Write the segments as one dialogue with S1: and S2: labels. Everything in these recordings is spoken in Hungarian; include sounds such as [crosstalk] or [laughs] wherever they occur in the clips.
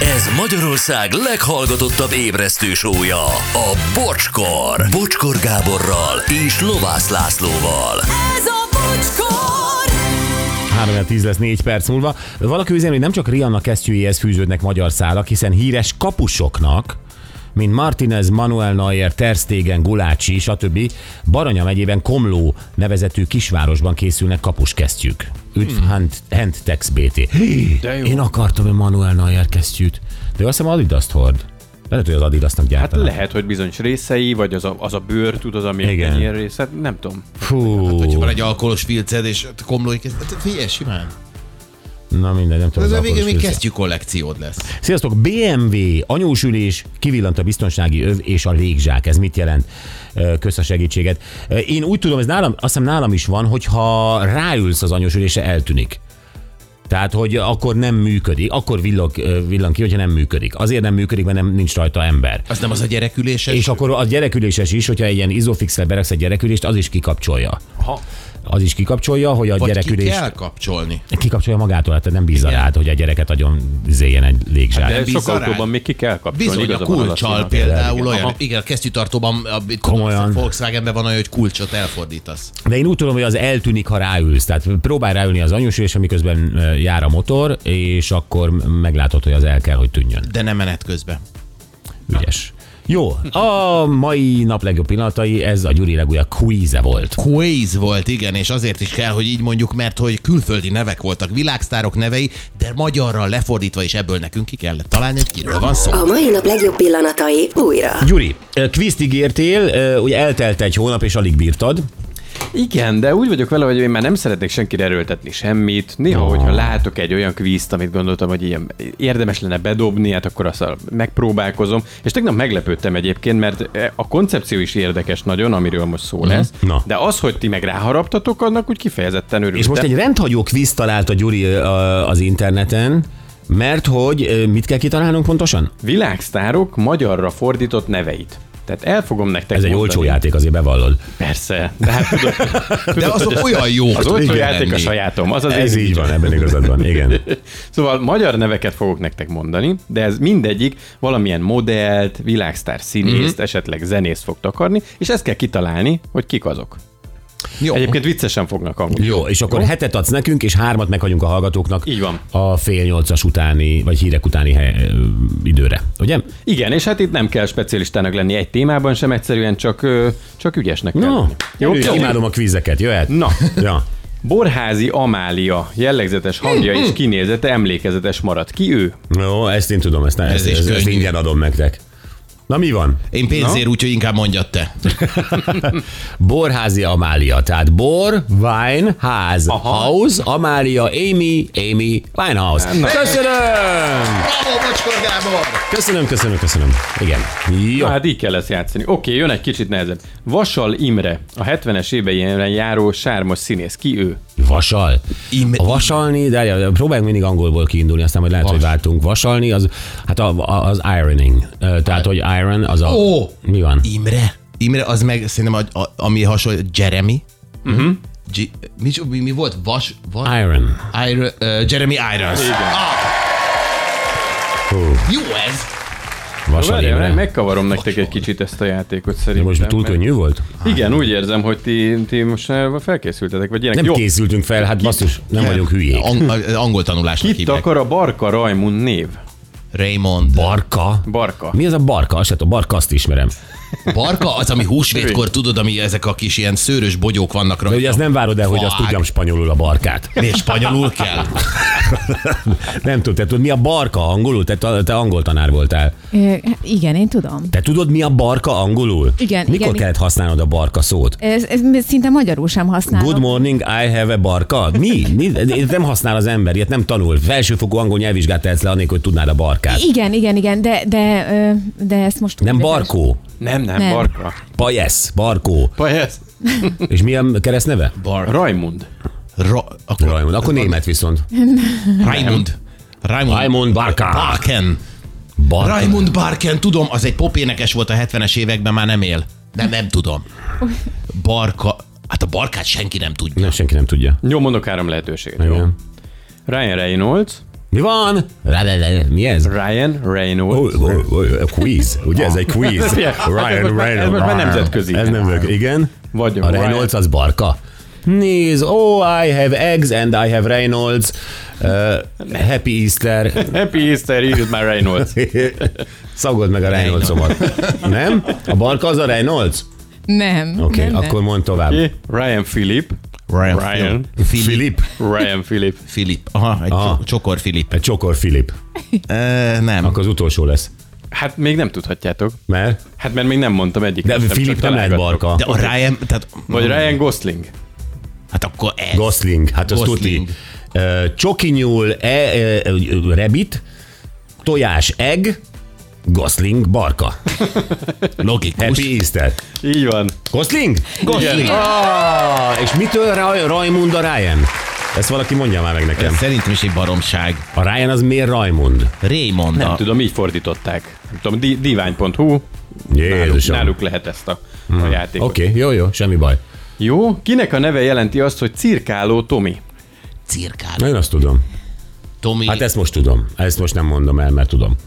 S1: Ez Magyarország leghallgatottabb ébresztő sója, a Bocskor. Bocskor Gáborral és Lovász Lászlóval.
S2: Ez a bocskor!
S3: 3 10 lesz 4 perc múlva. Valaki üzeni, hogy nem csak Rihanna kesztyűjéhez fűződnek magyar szálak, hiszen híres kapusoknak, mint Martinez, Manuel Neuer, Terstegen, Gulácsi, stb. Baranya megyében Komló nevezetű kisvárosban készülnek kapuskesztyűk. Üdv hmm. Hand, Handtex BT. Hí,
S4: De jó.
S3: Én akartam egy Manuel Neuer kesztyűt, de ő azt hiszem Adidas-t hord. Lehet, hogy az Adidasnak
S4: Hát
S3: gyártanak.
S4: lehet, hogy bizonyos részei, vagy az a, az a bőr, tudod, ami
S3: Igen.
S4: ilyen része, nem tudom.
S3: Fú,
S5: Hogyha van egy alkoholos filced, és komlói kezd... Hát figyelj, simán.
S3: na mindegy, nem tudom.
S5: Ez
S3: az
S5: a végén
S3: alkoholos
S5: még
S3: fűszer.
S5: kesztyű kollekciód lesz.
S3: Sziasztok, BMW, anyósülés, kivillant a biztonsági öv és a légzsák. Ez mit jelent? Ö, Kösz a segítséget. Ö, Én úgy tudom, ez nálam, azt hiszem nálam is van, hogy ha ráülsz az anyósülése, eltűnik. Tehát, hogy akkor nem működik, akkor villog, ö, villan ki, hogyha nem működik. Azért nem működik, mert nem, nincs rajta ember.
S5: Az nem az a gyereküléses?
S3: És akkor a gyereküléses is, hogyha egy ilyen izofixre beraksz egy gyerekülést, az is kikapcsolja.
S4: Aha.
S3: Az is kikapcsolja, hogy a
S5: Vagy ki
S3: gyerekülést
S5: kell kapcsolni?
S3: kikapcsolja magától, hát nem bízza
S5: Igen. Hát
S3: rád, hogy a gyereket agyon zéljen egy légzsák.
S4: De sok
S5: bizarrán.
S4: autóban még ki kell kapcsolni.
S5: Bizony, a
S4: igaza van,
S5: kulcsal
S4: Lacinak.
S5: például olyan.
S4: Aha.
S5: Igen, a kesztyűtartóban, a,
S3: Komolyan.
S5: a Volkswagenben van olyan, hogy kulcsot elfordítasz.
S3: De én úgy tudom, hogy az eltűnik, ha ráülsz. Tehát próbálj ráülni az anyósülésre, miközben ö, jár a motor, és akkor meglátod, hogy az el kell, hogy tűnjön.
S5: De nem menet közben.
S3: Ügyes. Jó, a mai nap legjobb pillanatai, ez a Gyuri legújabb quize volt.
S5: Quiz volt, igen, és azért is kell, hogy így mondjuk, mert hogy külföldi nevek voltak, világsztárok nevei, de magyarra lefordítva is ebből nekünk ki kellett találni, hogy kiről
S3: [laughs]
S5: van szó.
S6: A mai nap legjobb pillanatai újra.
S3: Gyuri, ö, quizt ígértél, ö, ugye eltelt egy hónap, és alig bírtad.
S4: Igen, de úgy vagyok vele, hogy én már nem szeretnék senkire erőltetni semmit. Néha, hogyha látok egy olyan kvízt, amit gondoltam, hogy ilyen érdemes lenne bedobni, hát akkor azt megpróbálkozom. És tegnap meglepődtem egyébként, mert e, a koncepció is érdekes nagyon, amiről most szó lesz.
S3: Mhm. Na.
S4: De az, hogy ti meg ráharaptatok, annak úgy kifejezetten örültem.
S3: És most egy rendhagyó quiz talált a Gyuri ö, a- az interneten, mert hogy ö, mit kell kitalálnunk pontosan?
S4: Világsztárok magyarra fordított neveit. Tehát el fogom nektek
S3: Ez egy
S4: mondani.
S3: olcsó játék, azért bevallod.
S4: Persze, de hát tudod,
S5: De azok olyan
S4: [laughs]
S5: jók.
S4: az olcsó
S5: tudnak
S4: játék a
S5: lenni.
S4: sajátom. Az az
S3: Ez
S4: én-
S3: így van, ebben igazad van, igen.
S4: [laughs] Szóval magyar neveket fogok nektek mondani, de ez mindegyik valamilyen modellt, világsztár színészt,
S3: Mhm.
S4: mm-hmm. esetleg zenészt fog takarni, és ezt kell kitalálni, hogy kik azok.
S5: Jó.
S4: Egyébként viccesen fognak hangulni.
S3: Jó, és akkor hetet adsz nekünk, és hármat meghagyunk a hallgatóknak.
S4: Így van.
S3: A fél nyolcas utáni, vagy hírek utáni hely, ö, időre, ugye?
S4: Igen, és hát itt nem kell specialistának lenni egy témában sem, egyszerűen csak, ö, csak ügyesnek kell
S3: No,
S4: lenni.
S3: jó,
S4: Jó,
S3: imádom a kvízeket, jöhet?
S4: Na.
S3: Ja.
S4: Borházi Amália jellegzetes hangja és kinézete emlékezetes maradt. Ki ő?
S3: Jó, ezt én tudom, ezt, ezt,
S5: is
S3: ezt, ezt
S5: könnyű.
S3: ingyen adom nektek. Na mi van?
S5: Én pénzért úgyhogy inkább mondjad te.
S3: Borházi Amália, tehát Bor, Wine, Ház, Aha. House, Amália, Amy, Amy, Winehouse.
S4: Na.
S3: Köszönöm!
S5: Bravo, Bocskor Gábor!
S3: Köszönöm, köszönöm, köszönöm. Igen. Jó.
S4: Na, hát így kell ezt játszani. Oké, jön egy kicsit nehezebb. Vasal Imre, a 70-es éveiben járó sármos színész. Ki ő?
S3: Vasal.
S5: Im-
S3: a vasalni, de de próbáljunk mindig angolból kiindulni, aztán majd lehet, hogy váltunk. Vasalni, az, hát a, a, az ironing. Ö, Tehát, hogy iron, az a...
S5: Ó!
S3: Mi van?
S5: Imre? Imre az meg szerintem, a, a, ami hasonló, Jeremy. Uh-huh. mi, mi, mi volt? Vas? vas
S3: Mhm. Iron.
S5: Iron, uh, Jeremy Irons. Igen. Ah,
S3: Hú,
S5: jó ez!
S3: vasalni.
S4: Várjál,
S3: Meg...
S4: megkavarom nektek egy kicsit ezt a játékot
S3: De
S4: szerintem.
S3: most túl
S4: mert-
S3: könnyű volt?
S4: Igen, úgy érzem, hogy ti, ti most már felkészültetek, vagy ilyenek.
S3: Nem
S4: Jó,
S3: készültünk fel, hát basszus, nem vagyunk hülyék.
S5: Ang- a- angol tanulásnak
S4: kit
S5: hívják.
S4: akar a Barka Rajmund név?
S5: Raymond.
S3: Barka?
S4: Barka.
S3: Mi az a barka? Azt se tudom, barka azt ismerem.
S5: Barka az, ami húsvétkor tudod, ami ezek a kis ilyen szőrös bogyók vannak rajta.
S3: De ugye azt nem várod el, hogy azt
S5: Fuck.
S3: tudjam spanyolul a barkát. [laughs]
S5: Miért spanyolul kell?
S3: Nem tudod, te tudod, mi a barka angolul? Te, te angol tanár voltál.
S7: Ö, hát Igen, én tudom.
S3: Te tudod, mi a barka angolul?
S7: Igen,
S3: Mikor
S7: igen, mi-
S3: kellett használnod a barka szót?
S7: Ez, ez szinte magyarul sem használom.
S3: Good morning, I have a barka. Mi? Mi? Ez Nem használ az ember, ilyet nem tanul. Felsőfokú angol nyelvvizsgát tehetsz le, anélkül, hogy tudnád a barkát.
S7: Igen, igen, igen, de, de, ö, de ezt most...
S3: Nem barkó,
S4: Nem, nem, nem.
S7: Nem.
S4: Barka.
S3: pajesz, barkó.
S4: Pahez.
S3: És mi a keresztneve?
S5: Bar-
S4: Rajmund.
S5: Ra- akkor
S3: Raymond. Akkor német viszont.
S5: Raymond. Raymond.
S3: Raymond Barka.
S5: Barken.
S3: Barka.
S5: Raymond Barken, tudom, az egy popénekes volt a 70-es években, már nem él. Nem, nem tudom. Barka. Hát a barkát senki nem tudja.
S3: Nem, senki nem tudja.
S4: Jó, mondok három lehetőséget.
S3: Igen.
S4: Ryan Reynolds,
S3: Mi van? Mi ez?
S4: Ryan
S3: Ó,
S4: Reynolds.
S3: ó, ó, ó, Quiz. Ugye ez egy quiz?
S4: Ugye, hát ez most- ez most már nemzetközi.
S3: Ez nemzetközi. Igen.
S4: Vagy
S3: a Reynolds az barka. Nézd, oh, I have eggs and I have Reynolds. Uh, happy Easter.
S4: Happy Easter, here's my Reynolds.
S3: [laughs] Szagod meg a Reynoldsomat. Nem? A barka az a Reynolds?
S7: Nem.
S3: Oké,
S7: nem,
S3: okay, akkor mondd tovább.
S4: Ki? Ryan Philip.
S5: Ryan.
S4: Ryan.
S5: Philip.
S3: Filip.
S4: Ryan Philip.
S5: Philip. Aha, egy
S3: Aha.
S5: Aha. csokor Philip.
S3: Egy csokor Filip.
S5: E, nem.
S3: Akkor az utolsó lesz.
S4: Hát még nem tudhatjátok.
S3: Mert?
S4: Hát mert még nem mondtam egyik.
S3: De Filip nem lehet barka.
S5: De a Ryan, tehát,
S4: Vagy Ryan Gosling.
S5: hát akkor ez.
S3: Gosling, hát az tuti.
S5: Gosling.
S3: Ö, Csoki nyúl, e, e, e, rebit, tojás, egg, Gosling, barka.
S5: Logikus.
S3: Happy Easter.
S4: Így van.
S3: Gosling?
S5: Gosling.
S3: Ah, és mitől Ra- Rajmund a Ryan? Ezt valaki mondja már meg nekem.
S5: Ez szerintem is egy baromság.
S3: A Ryan az miért Rajmund?
S5: Raymond.
S4: Nem
S5: a-
S4: tudom, így fordították. Ah. Nem tudom, di- divány.hu. Náluk,
S3: Jézusom. Hmm.
S4: náluk lehet ezt a, a játékot.
S3: Oké, okay, jó, jó, semmi baj.
S4: Jó, kinek a neve jelenti azt, hogy cirkáló Tomi?
S5: Cirkál.
S3: Na, Én azt tudom.
S5: Tomi,
S3: Hát ezt most tudom. Ezt most nem mondom el, mert tudom. [laughs]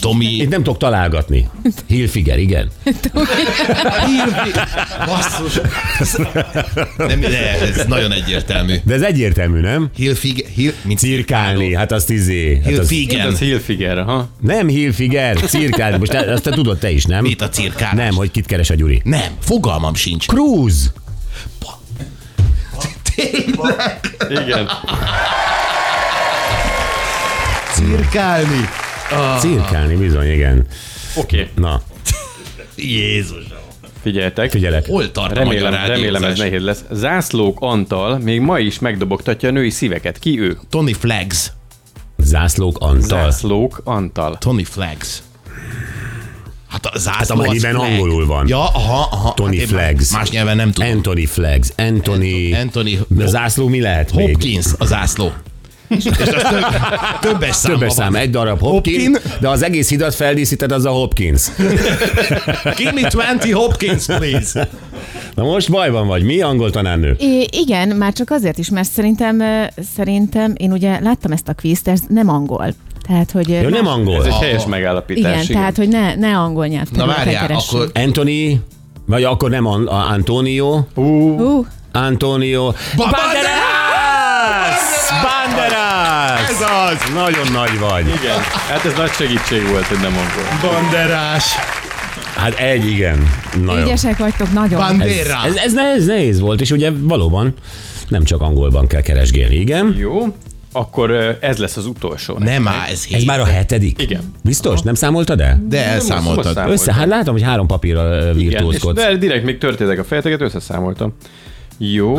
S5: Tomi,
S3: Itt nem tudok találgatni. Hilfiger, igen.
S5: Basszus. Nem, de ez nagyon egyértelmű.
S3: De ez egyértelmű, nem?
S5: Hilfig, hil, mint
S3: Cirkálni, hát azt izé. Hát az...
S4: Ez az
S5: Hilfigen.
S4: Hilfiger, ha?
S3: Nem Hilfiger, cirkálni. Most te- azt te tudod te is, nem?
S5: Mit a cirkálás?
S3: Nem, hogy kit keres a Gyuri.
S5: Nem, fogalmam sincs.
S3: Cruz!
S4: Igen.
S5: Cirkálni.
S3: Ah.
S5: Ah.
S3: Cirkálni, bizony, igen.
S4: Oké, okay,
S3: Na,
S5: Jézus.
S4: figyeltek.
S3: figyelek.
S5: Hol tart a
S4: Remélem,
S5: magyar
S4: remélem ez
S5: rádiózás?
S4: nehéz lesz. Zászlók Antal még ma is megdobogtatja a női szíveket. Ki ő?
S5: Tony Flags.
S3: Zászlók Antal.
S4: Zászlók Antal.
S5: Tony Flags. Hát a zászló
S3: Hát
S5: hát
S3: amennyiben angolul van.
S5: Ja, aha, aha.
S3: Tony
S5: hát én
S3: Flags.
S5: Más nyelven nem tudom.
S3: Anthony Flags. Anthony...
S5: Anthony-
S3: De zászló mi lehet még?
S5: Hopkins a zászló. És az több, többes szám.
S3: Többes szám, egy darab Hopkins, Hopkins, de az egész hidat feldíszíted, az a Hopkins.
S5: Give me 20 Hopkins, please.
S3: Na most bajban vagy, mi angol tanárnő?
S7: É, igen, már csak azért is, mert szerintem, ö, szerintem én ugye láttam ezt a quizt, ez nem angol. Tehát, hogy... ö,
S3: Jó, nem
S4: Ez
S3: angol.
S4: egy helyes
S7: Igen,
S4: megállapítás.
S7: igen, tehát, hogy ne, ne angol nyelvt.
S5: Na várjál, akkor
S3: Anthony, vagy akkor nem An- a- Antonio.
S7: Uh,
S3: Antonio. Banderas! Banderas!
S5: Ez az!
S3: Nagyon nagy vagy.
S4: Igen. Hát ez nagy segítség volt, hogy nem angol.
S5: Banderás.
S3: Hát egy, igen. Nagyon.
S7: ügyesek vagytok nagyon.
S5: Bandera.
S3: Ez, ez, nehéz, nehéz volt, és ugye valóban nem csak angolban kell keresgélni, igen.
S4: Jó, akkor ö, ez lesz az utolsó.
S5: Nem már, ez
S3: Ez
S5: hét.
S3: már a hetedik?
S4: Igen.
S3: Biztos? Nem számoltad el?
S5: De elszámoltad.
S4: számoltad.
S3: Össze, hát látom, hogy három papírra
S4: Igen, és
S3: virtózkodsz.
S4: de direkt még történtek a fejeteket, összeszámoltam. Jó.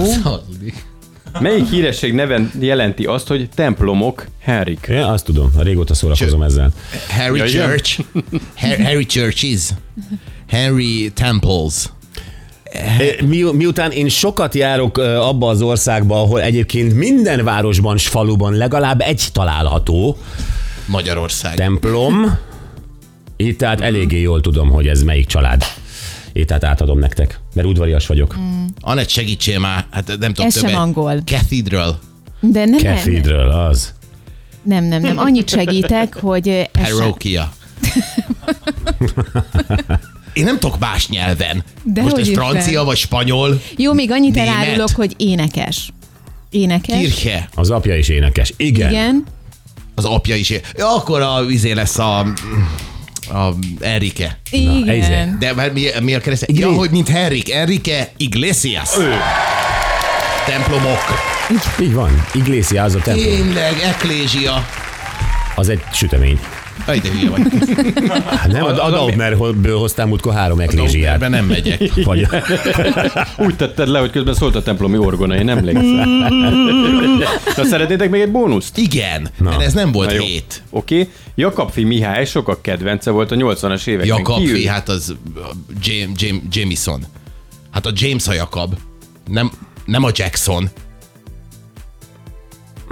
S4: Melyik híresség neven jelenti azt, hogy templomok Henrik?
S3: Ja, azt tudom, régóta szórakozom ezzel.
S5: Harry
S4: Ja, igen.
S5: Church. Har- Harry Churches. Harry Temples.
S3: E, Mi, miután én sokat járok ö, abba az országba, ahol egyébként minden városban s faluban legalább egy található
S5: Magyarország.
S3: templom, itt tehát eléggé jól tudom, hogy ez melyik család. Itt tehát átadom nektek, mert udvarias vagyok.
S5: Anett, segítsél már. Hát nem tudom
S7: Ez sem
S5: többet.
S7: angol.
S5: Cathedral.
S7: De nem, nem,
S3: Cathedral az.
S7: nem, nem, nem. Annyit segítek, hogy... ö, ez sem-
S5: Parokia. Én nem tudok más nyelven.
S7: De
S5: Most
S7: hogy
S5: ez
S7: is
S5: francia
S7: nem.
S5: vagy spanyol?
S7: Jó, még annyit
S5: Német.
S7: elárulok, hogy énekes. Énekes.
S5: Kirche.
S3: Az apja is énekes. Igen. Igen.
S7: Igen.
S5: Az apja is. él. Ja, akkor a izé lesz a, a Enrique.
S3: ezért.
S7: Igen.
S5: De már mi, mi a keresztény? Ja, hogy mint Henrik. Enrique Iglesias. Ő. Templomok.
S3: Így van. Iglésia az a templom.
S5: Tényleg, eklézsia.
S3: Az egy sütemény.
S5: Aj, de
S3: [laughs]
S5: hülye vagy.
S3: Hát nem, a, a Daubnerből hoztam múltkor három eklésiát.
S5: Ebben nem megyek.
S3: Vagy, [laughs]
S4: Úgy tetted le, hogy közben szólt a templomi orgona, én
S3: [laughs]
S4: emlékszem. Na szeretnétek még egy bónuszt?
S5: Igen, Na. mert ez nem volt
S4: Na jó.
S5: hét.
S4: Oké. Okay. Jakabfi Mihály sokak kedvence volt a 80-as években.
S5: Jakab,
S4: Ki ő?
S5: fi, hát az a Jam, Jam, Jameson. Hát a James a Jakab. Nem, nem a Jackson.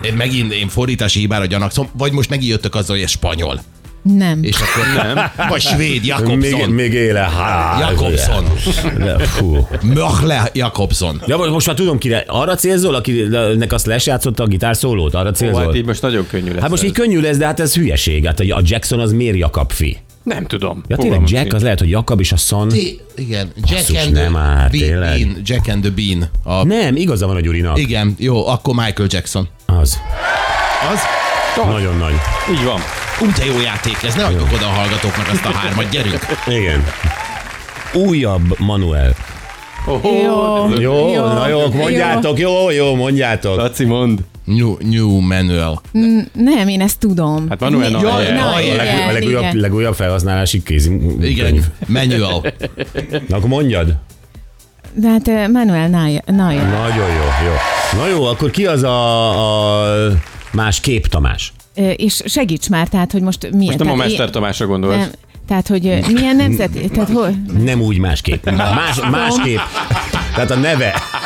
S5: Én megint én fordítási hibára gyanakszom, vagy most megint jöttök azzal, hogy ez spanyol.
S7: Nem.
S5: És akkor nem. Vagy svéd
S3: Még,
S5: Jakobson.
S3: még éle. Há,
S5: Jakobson.
S3: De, fú.
S5: Möchle Jakobson.
S3: Ja, vagy most már tudom, kire. Arra célzol, akinek azt lesjátszotta a gitár szólót? Arra
S4: Ó, hát
S3: célzol?
S4: így most nagyon könnyű lesz.
S3: Hát most
S4: ez.
S3: így könnyű lesz, de hát ez hülyeség. Hát a Jackson az miért Jakab fi?
S4: Nem tudom.
S3: Ja, tényleg
S4: Fogalmam
S3: Jack,
S4: sincs.
S3: az lehet, hogy Jakab és a Son.
S5: Ti- Igen, Jack
S3: Basszus,
S5: and the
S3: nem már,
S5: Bean,
S3: tényleg.
S5: Bean. Jack and the Bean. A...
S3: Nem, igaza van a Gyurinak.
S5: Igen, jó, akkor Michael Jackson.
S3: Az.
S5: Az?
S3: Nagyon nagy.
S4: Így van.
S5: Úgy de jó játék ez, ne adjuk oda a hallgatóknak azt a hármat, gyerünk.
S3: Igen. Újabb Manuel.
S4: Oho, ez a-
S3: Jó,
S7: Jó.
S3: na jó, mondjátok, jó, jó, mondjátok.
S4: Laci, mond.
S5: New, new Manuel.
S7: Nem, én ezt tudom.
S4: Hát Manuel
S7: Mi-
S4: Neuer.
S7: Neuer,
S5: Neuer.
S3: A legú- a legújabb,
S7: igen.
S3: legújabb felhasználási kézikönyv.
S5: Igen, manual.
S3: Na akkor mondjad.
S7: De hát eh, Manuel Neuer. Neuer.
S3: Nagyon jó, jó. Na jó, akkor ki az a, a más kép Tamás?
S7: Eh, És segíts már, tehát, hogy most milyen...
S4: Most nem a
S7: tehát,
S4: Mester Tamásra gondolsz.
S7: hát nem, tehát, hogy eh, milyen nemzet... Tehát, hol?
S3: Nem úgy másképp. Más, másképp. Tehát a neve.